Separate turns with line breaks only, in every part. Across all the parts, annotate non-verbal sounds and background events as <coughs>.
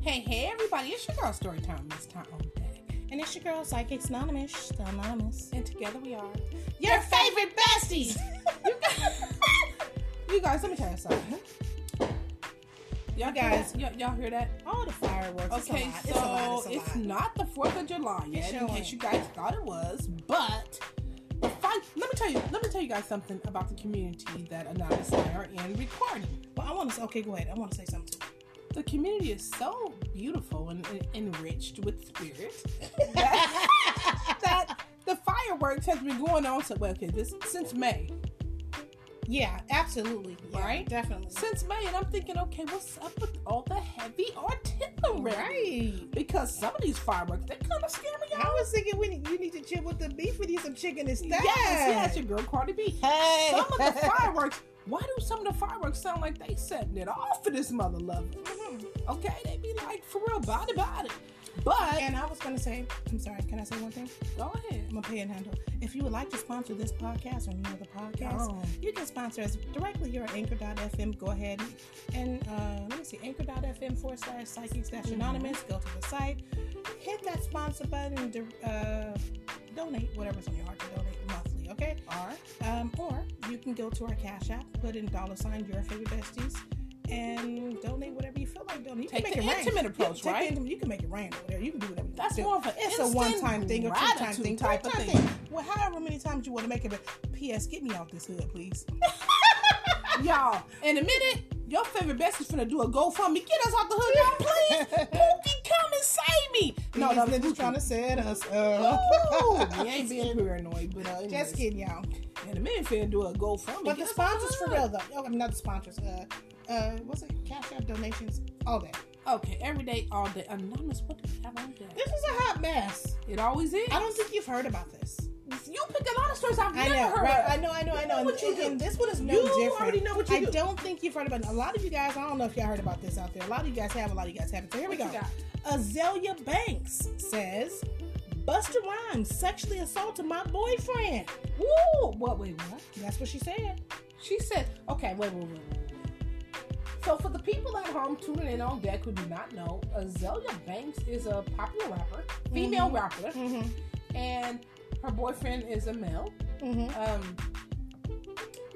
Hey, hey, everybody, it's your girl Story Time this time.
And it's your girl, Psychics Anonymous. The Anonymous.
And together we are your favorite besties. you, guys, you guys, let me tell you something. Y'all guys, y- y'all hear that?
<laughs> All the fireworks. It's a
Okay,
lot,
so
it's, a lot, it's, a lot.
not the 4th of July yet,
It
in
sure
case
ain't.
you guys thought it was, but the fi- let me tell you, let me tell you guys something about the community that Anonymous and I are in recording.
Well, I want to. Okay, go ahead. I want to say something. too.
the community is so beautiful and, and enriched with
<laughs>
spirit that, that the fireworks has been going on so well, okay, this since May,
Yeah, absolutely. Yeah,
Right?
Definitely.
since May, and I'm thinking, okay, what's up with all the heavy artillery?
Right.
Because some of these fireworks, they kind of scary,
I
y'all.
was thinking we need, you need to chill with the beef. We need some chicken instead.
Yes, yes, your girl Cardi B.
Hey.
Some of
<laughs>
the fireworks. Why do some of the fireworks sound like they setting it off for this mother lover? Okay, they be like for real, body body. But
And I was going to say, I'm sorry, can I say one thing?
go ahead.
I'm a panhandle. If you would like to sponsor this podcast or any other podcast,
Oh.
you can sponsor us directly here at anchor.fm. Go ahead and uh, let me see, anchor.fm forward slash psychics dash
Mm-hmm.
anonymous. Go to the site, hit that sponsor button, and di- uh, donate whatever's on your heart to donate monthly, okay?
All right.
Um, or you can go to our Cash App, put in dollar sign your favorite besties, and donate whatever you feel like donating. You
Take
can
the
make it
intimate
rain.
approach,
you, take the
right?
intimate- you can make it rain over there. You can do whatever you
That's
want to do.
more of an
It's a
instant
one-time thing or two-time
gratitude
thing,
type of
three-time
thing.
Well, however many times you want to make it, but P.S. Get me out this hood, please.
y'all, in a minute, your favorite bestie's finna do a GoFundMe. Get us out the hood,
<laughs>
y'all, please. Pookie, come and save me. No,
These
no,
niggas
Pookie.
trying to set us
<laughs> Ooh,
<laughs> up.
we ain't being paranoid, but uh,
Just
anyways,
kidding, y'all.
in a minute, finna do a GoFundMe. Get
But the
us out
sponsors for
hood.
real though. Oh, I'm not the sponsors. Uh, uh, what's it? Cash App donations, all that.
Okay, every day, all day. Anonymous, what do we have on that?
This is a hot mess.
It always is.
I don't think you've heard about this.
you pick a lot of stories I've
I
never
know,
heard.
right?
of.
I know, I know, I
You
know.
what you
and,
do.
and this one is no
You
different.
already know what you
I
do.
don't think you've heard about it. A lot of you guys, I don't know if y'all heard about this out there. A lot of you guys have, a lot of you guys haven't. So here
What
we
you
go.
got?
Azalea Banks says, Buster Rhymes sexually assaulted my boyfriend.
Woo! What? Wait, what?
That's what she said.
She said, okay, wait, wait, wait, wait, wait. So, for the people at home tuning in on deck who do not know, Azalea Banks is a popular rapper, female
Mhm.
rapper,
Mm-hmm.
and her boyfriend is a male.
Mm-hmm.
Um,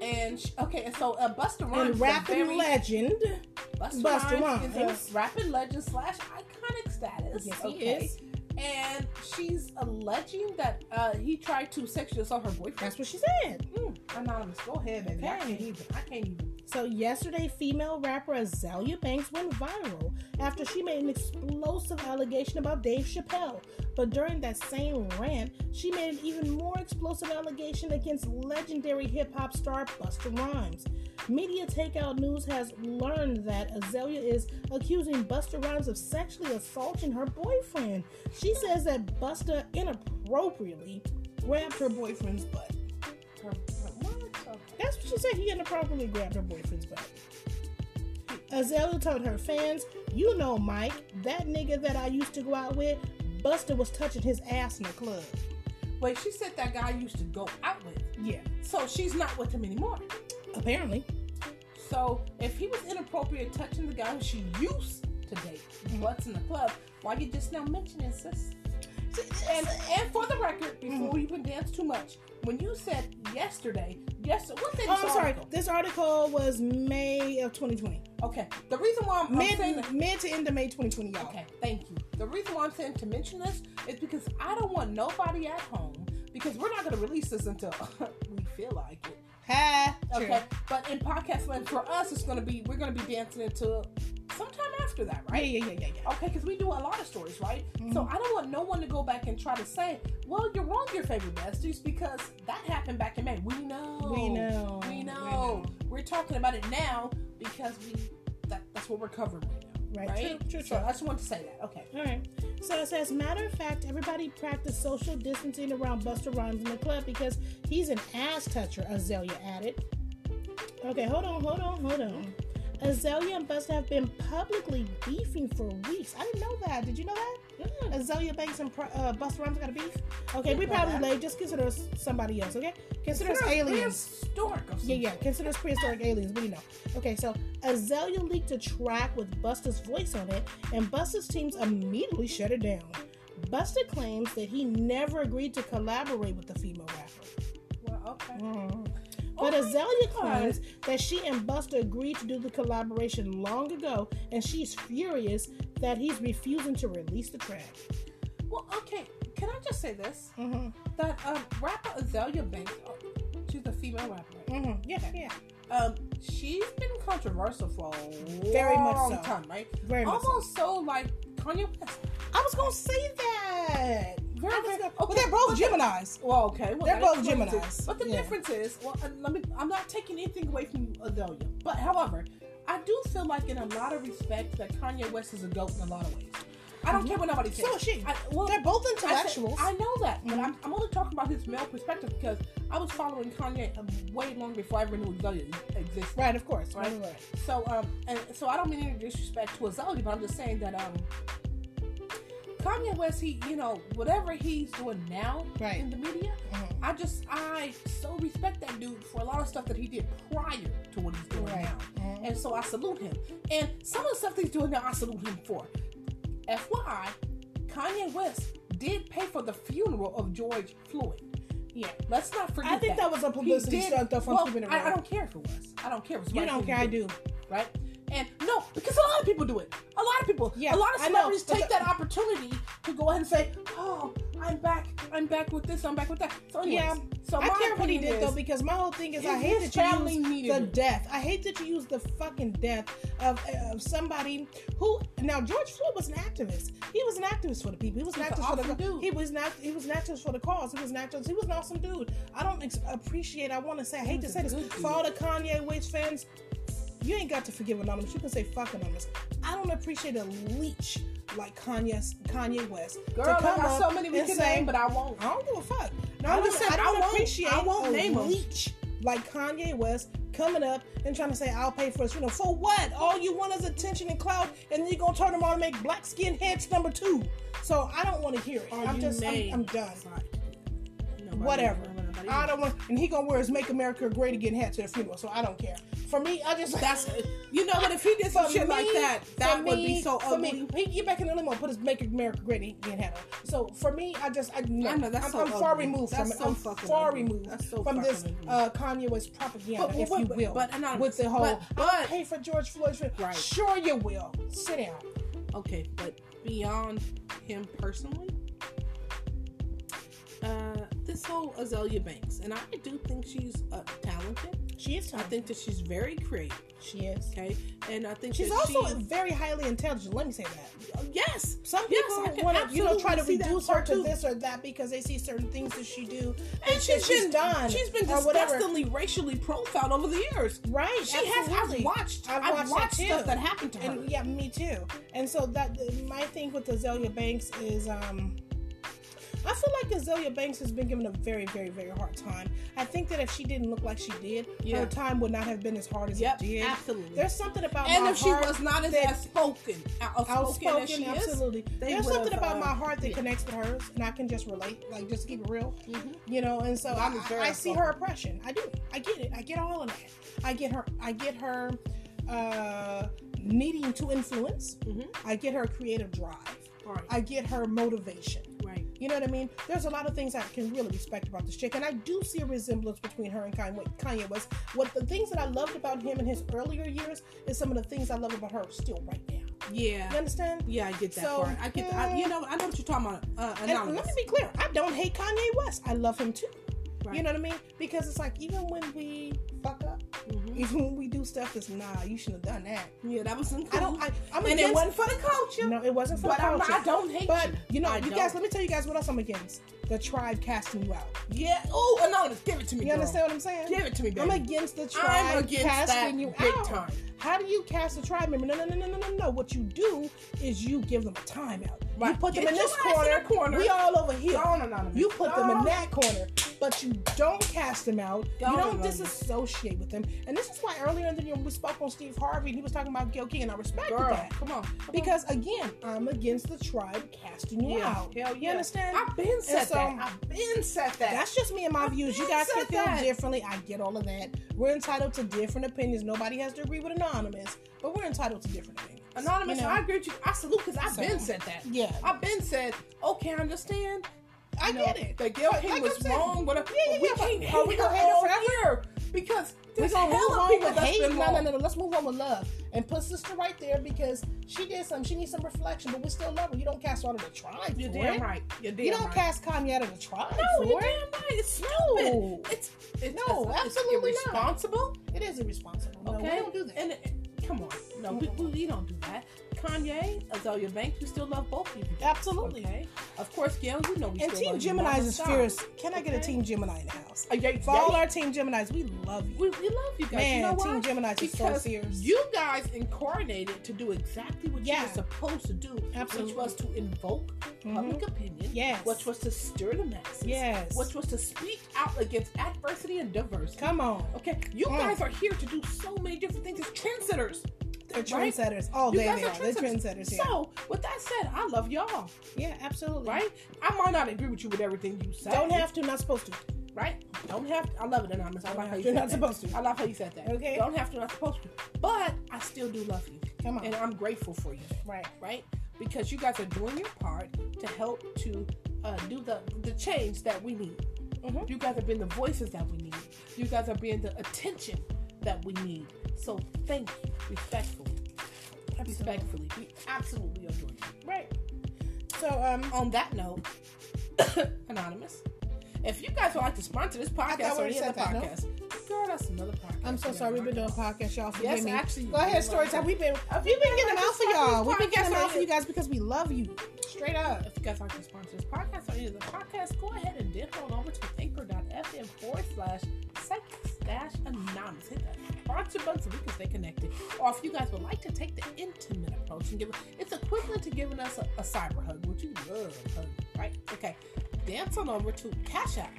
and she, okay, and so uh, Buster Rhymes,
And
is a
rapping
very-
legend.
Busta
Busta
Rhymes
Rhymes.
is a rapping legend slash iconic status.
Yes, he
okay.
is.
And she's alleging that uh, he tried to sexually assault her boyfriend.
That's what she said.
Mm, anonymous, go ahead, baby. I can't even. I can't even.
So yesterday, female rapper Azalea Banks went viral after she made an explosive allegation about Dave Chappelle. But during that same rant, she made an even more explosive allegation against legendary hip hop star Buster Rhymes. Media Takeout News has learned that Azalea is accusing Buster Rhymes of sexually assaulting her boyfriend. She says that Buster inappropriately grabbed her boyfriend's butt.
Her, her, what? Okay.
That's what she said. He inappropriately grabbed her boyfriend's butt. Azalea told her fans, "You know, Mike, that nigga that I used to go out with, Buster was touching his ass in the club.
Wait, she said that guy used to go out with.
Yeah,
So she's not with him anymore.
apparently.
So if he was inappropriate touching the guy who she used to date, what's in the club, why you just now mentioning sis?
Oh,
And and for the record,
Mm-hmm.
before we even dance too much, when you said yesterday, yes, what did
Oh, I'm sorry. This article was May of 2020,
Okay, the reason why I'm, I'm saying
mid mid to end of May 2020, y'all.
Oh, Okay, thank you. The reason why I'm saying to mention this is because I don't want nobody at home because we're not going to release this until <laughs> we feel like it.
Ha.
Okay, but in podcast land for us, it's gonna be we're gonna be dancing into sometime after that,
Yeah,
right?
yeah, yeah, yeah, yeah.
Okay, because we do a lot of stories, right? So
Mm-hmm.
I don't want no one to go back and try to say, "Well, you're wrong, your favorite besties," because that happened back in May. We know,
We know.
Oh, we know. We're talking about it now because we that, that's what we're covering right now,
Right,
right?
true, true,
so
true.
I just wanted to say that. Okay,
All right. So it says, matter of fact, everybody practiced social distancing around Buster Rhymes in the club because he's an ass toucher, Azalea added. Okay, hold on, hold on, hold on. Azalea and Buster have been publicly beefing for weeks. I didn't know that. Did you know that?
Mm.
Azalea Banks and Pro- uh, Busta Rhymes got a beef? Okay, we probably late. Just consider us somebody else, okay? Consider us
Sarah's
aliens.
prehistoric or
Yeah,
something.
yeah. Consider us prehistoric aliens. What do you know? Okay, so Azalea leaked a track with Busta's voice on it, and Busta's teams immediately shut it down. Busta claims that he never agreed to collaborate with the female rapper. Mm.
Well, okay.
But
Oh my
Azalea
God.
claims that she and Busta agreed to do the collaboration long ago, and she's furious that he's refusing to release the track.
Well, okay. Can I just say this?
Mm-hmm.
That um, rapper Azalea Banks, oh, she's a female rapper. right?
Mm-hmm. Yeah, yeah.
Um, she's been controversial for a
Very much
long
so.
time, right?
Very much. so.
Almost so like Kanye West.
I was gonna say that.
Very,
I was
very-
gonna-
okay,
well, they're both
but-
Gemini's.
Well, okay. Well,
They're
that
both
explains it.
Geminis.
But the
Yeah.
difference is, well, uh, let me, I'm not taking anything away from Azalea. But however, I do feel like in a lot of respects that Kanye West is a goat in a lot of ways. I don't
Mhm.
care what nobody says.
So is she.
I, well,
They're both
I said-
intellectuals.
I, know that, but
Mhm.
I'm, I'm only talking about his male perspective because I was following Kanye um, way long before I ever knew Azalea existed.
right, of course. Right,
Right.
right.
So um, and so I don't mean any disrespect to Azalea, but I'm just saying that um, Kanye West, he you know whatever he's doing now
Right.
in the media,
Mhm.
I just I so respect that dude for a lot of stuff that he did prior to what he's doing
Right.
now,
Mhm.
and so I salute him. And some of the stuff that he's doing now, I salute him for. FYI, Kanye West did pay for the funeral of George Floyd.
Yeah.
Let's not forget.
I think that was a
He
publicity
did-
stunt though from
well,
keeping it
I, I
real.
don't care if it was. I don't care. It was
You
right
don't
thing to
care, I do.
right? And no, because a lot of people do it. A lot of people,
Yeah,
a lot of
I know,
celebrities
but
take
the-
that opportunity to go ahead and say, "Oh, I'm back. I'm back with this. I'm back with that." So anyways,
Yeah,
so
I
my
care what he
opinion
did though
is-
because my whole thing is I
his-
hate
his
that
family
you use
needed
the
it.
death. I hate that you use the fucking death of, of somebody who now George Floyd was an activist. He was an activist for the people. He was an
He's an
activist for the
awesome dude.
he was not he was an activist for the cause. He was an activist. He was an awesome dude. I don't ex- appreciate. I want to say I hate to
was
say
a
this
good dude.
for all the Kanye West fans. You ain't got to forgive anonymous. You can say fuck anonymous. I don't appreciate a leech like Kanye Kanye West. to
girl, I
come
got so
up
many
and
we can
say,
name, but I won't.
I don't give a fuck. No,
I
I'm just
wouldn't-
saying I
I
don't
won't-
appreciate
I won't
a
name 'em.
leech like Kanye West coming up and trying to say I'll pay for his funeral for what? All you want is attention and clout, and then you gonna turn them on and make black skin heads number two. So I don't want to hear it.
Are
I'm
you
just I'm,
made?
I'm done.
Sorry. Nobody-
Whatever.
nobody-
I don't want, and he gonna wear his "Make America Great Again" hat to the funeral, so I don't care. For me, I just
That's you know what? If he did some
For
shit
me-
like that, that
for
would
me-
be so
for me,
ugly.
He get back in the limo, put his "Make America Great Again" hat on. So for me, I just I, no,
I know, that's
I'm,
so
I'm far
ugly.
removed
That's
from it.
so
I'm
fucking
far
ugly.
removed
That's so
from this
fucking ugly.
uh, Kanye West propaganda,
But-
if
but-
you
but-
will,
but- and I-
with the whole
but-
"I'll
but-
pay for George Floyd's funeral."
Right.
Sure, you will. Sit down.
Okay, but beyond him personally, uh, this whole Azalea Banks, and I do think she's uh, talented.
She is
I
talented.
think that she's very creative.
She is.
Okay, and I think
She's
that
also
she,
very highly intelligent. Let me say that.
yes,
Some
Yes,
people
I can
want to, you know, try to
absolutely see that
reduce her
part
to
too.
this or that because they see certain things that she do,
and she's,
she's
been
done
She's been
or whatever.
disgustingly racially profiled over the years.
right?
She has. I've
absolutely.
watched.
I've
I've,
watched
watched,
that too.
stuff that happened to her.
And yeah, me too. And so that my thing with Azalea Banks is um I feel like Azalea Banks has been given a very, very, very hard time. I think that if she didn't look like she did, her
Yeah.
time would not have been as hard as
yep,
it did.
absolutely.
There's something about
and
my
if she
heart
was not as
that-
outspoken, outspoken,
outspoken,
as she is,
absolutely.
they
There's something
would've,
about
uh,
my heart that
yeah.
connects with hers, and I can just relate, like just keep it real,
Mhm.
you know. And so I,
Mine is very
I see
outspoken.
her oppression. I do. I get it. I get all of that. I get her. I get her uh, needing to influence.
Mhm.
I get her creative drive.
right,
I get her motivation.
right.
You know what I mean? There's a lot of things I can really respect about this chick, and I do see a resemblance between her and Kanye, Kanye West. What the things that I loved about him in his earlier years is some of the things I love about her still right now.
Yeah,
You understand?
Yeah, I get that
So,
part. I get that. I, you know, I know what you're talking about. Uh,
And let
anonymous.
me be clear, I don't hate Kanye West. I love him too. You
Right.
know what I mean? Because it's like even when we fuck up,
Mhm.
even when we do stuff that's nah, you shouldn't have done that.
Yeah, that was some.
I don't. I, I'm
and
against.
it wasn't for the culture.
no, it wasn't for
but
the
I'm not-
culture.
I don't hate
But
you.
you know,
I
you
don't.
guys. Let me tell you guys what else I'm against. The tribe casting you out.
Yeah. Oh, anonymous, give it to me.
You
girl.
understand what I'm saying?
Give it to me, baby.
I'm against the tribe
I'm against that
casting you
big
out.
time.
How do you cast a tribe member? No, no, no, no, no, no, no. What you do is you give them a timeout. You
Right.
put them
Get
in
your
this
ass in
corner,
a corner.
We all over here.
Gone anonymous.
You put them in
Gone.
that corner, but you don't cast them out.
Gone
you don't
anonymous.
disassociate with them. And this is why earlier in the year we spoke on Steve Harvey and he was talking about Gil King, and I respected
Girl,
that.
come on. Come
Because again, I'm against the tribe casting
on.
you
yeah,
out.
hell yeah.
You understand?
I've been said
so-
that. I've been said that.
That's just me and my views. You guys can
said
feel
that.
differently. I get all of that. We're entitled to different opinions. Nobody has to agree with Anonymous, but we're entitled to different opinions.
Anonymous,
You know?
I agree with you. I salute because I've
So-
been said that.
yeah.
I've been said, okay, I understand.
I
You know,
get it.
The Gail
But
King
like
was
I said-
wrong, but uh, but
Yeah, yeah,
we
yeah, but
can't hate
are we gonna hate her
all
forever?
year because
We're
there's
gonna move
hella
on
people
with
that's
hate.
been
No, no,
wrong.
no, no. Let's move on with love and put sister right there because she did some. She needs some reflection, but we still love her. You don't cast her out of the tribe.
You're
for
damn
it.
right. You're damn
You don't
right.
cast Kanye out of the tribe.
No,
for
you're
it.
damn right. It's stupid.
No.
It's, it's
No,
it's-
absolutely
it's
not.
irresponsible.
It is irresponsible. No,
Okay,
we don't do that.
And and- come on, no, we, we, we don't do that. Kanye, Azalea Banks, we still love both of you.
Absolutely.
Okay, of course, Gail, you know we
And
still
Team
love you.
Gemini's
Mama
is
Star.
fierce. Can I get a
Okay.
Team Gemini in the house?
Uh, yeah,
For
yeah,
all our Team Geminis, we love you.
we, we love you guys.
Man,
you know why?
Team Gemini's is so
because
fierce.
you guys incarnated to do exactly what
Yeah.
you were supposed to do,
Absolutely.
which was to invoke
Mhm.
public opinion,
Yes.
which was to stir the masses,
Yes.
which was to speak out against adversity and diversity.
Come on.
Okay, you
Mm.
guys are here to do so many different things as trendsetters.
They're
Right?
trendsetters. All
You
day
guys
Oh, they
are
are. They're
trendsetters.
trendsetters. Mm-hmm. Yeah.
So, with that said, I love y'all,
yeah, absolutely.
right? I might not agree with you with everything you say.
Don't have to. Not supposed to.
right? Don't have to. I love it, Anonymous. I
Don't
like how
have
you
to,
said
not
that.
supposed to.
I love how you said that.
Okay.
Don't have to, not supposed to. But I still do love you.
Come on.
And I'm grateful for you,
right.
right? Because you guys are doing your part to help to uh, do the, the change that we need.
Mhm.
You guys are being the voices that we need. You guys are being the attention that we need. So thank you, respectfully. Respectfully. We absolutely adore you
Right. So um,
on that note, <coughs> anonymous. If you guys would like to sponsor this
I
podcast
thought we
or
already
any other
said that, no?
podcast, girl, that's another podcast.
I'm so
Yeah,
sorry. We've been doing
podcast.
podcasts, y'all. Forgive
Yes,
me.
actually,
Go ahead,
you're
story
right.
time. We've been
I've
we've been
been
getting them
like
out
this
for y'all. We've been
podcast
getting them out
already.
for you guys because we love you. Straight up.
If you guys would like to sponsor this podcast or any other podcast, go ahead and then on over to anchor.fm forward slash psych dash anonymous. Hit that sponsor button so we can stay connected. Or if you guys would like to take the intimate approach and give it's equivalent to giving us a, a cyber hug, which you love, hug, right? Okay, dance on over to Cash App.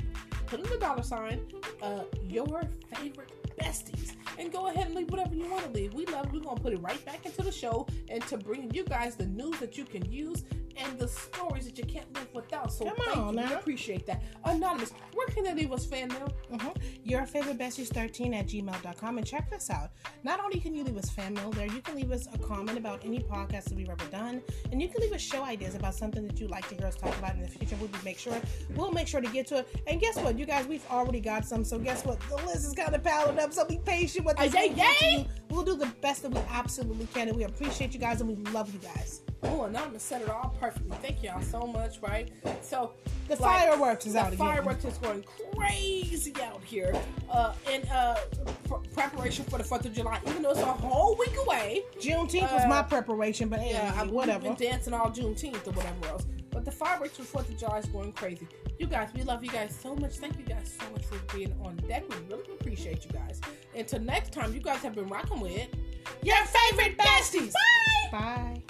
Put in the dollar sign, uh, your favorite besties, and go ahead and leave whatever you want to leave. We love. We're gonna put it right back into the show and to bring you guys the news that you can use and the stories that you can't live without. So
Come
thank
on
you. We
now.
appreciate that. Anonymous, where can they leave us fan mail?
Mm-hmm. Your favorite besties 13 at gmail.com and check this out. Not only can you leave us fan mail there, you can leave us a comment about any podcast that we've ever done, and you can leave us show ideas about something that you'd like to hear us talk about in the future. We'll make sure we'll make sure to get to it. And guess what, you guys, we've already got some. So guess what? The list is kind of piling up, so be patient with us.
Ay, ay,
We'll get to
ay.
you. We'll do the best that we absolutely can, and we appreciate you guys and we love you guys.
Oh, Anonymous said it all perfectly. Thank y'all so much, right? So
The
Like,
fireworks is
the
out
fireworks is going crazy out here uh, in uh, pr- preparation for the Fourth of July. Even though it's a whole week away,
again. Juneteenth was my
Uh,
preparation, but yeah,
yeah, I, whatever.
whatever.
We've been dancing all Juneteenth or whatever else. But the fireworks for Fourth of July is going crazy. You guys, we love you guys so much. Thank you guys so much for being on deck. We really appreciate you guys. Until next time, you guys have been rocking with
Your favorite besties.
Bye.
Bye.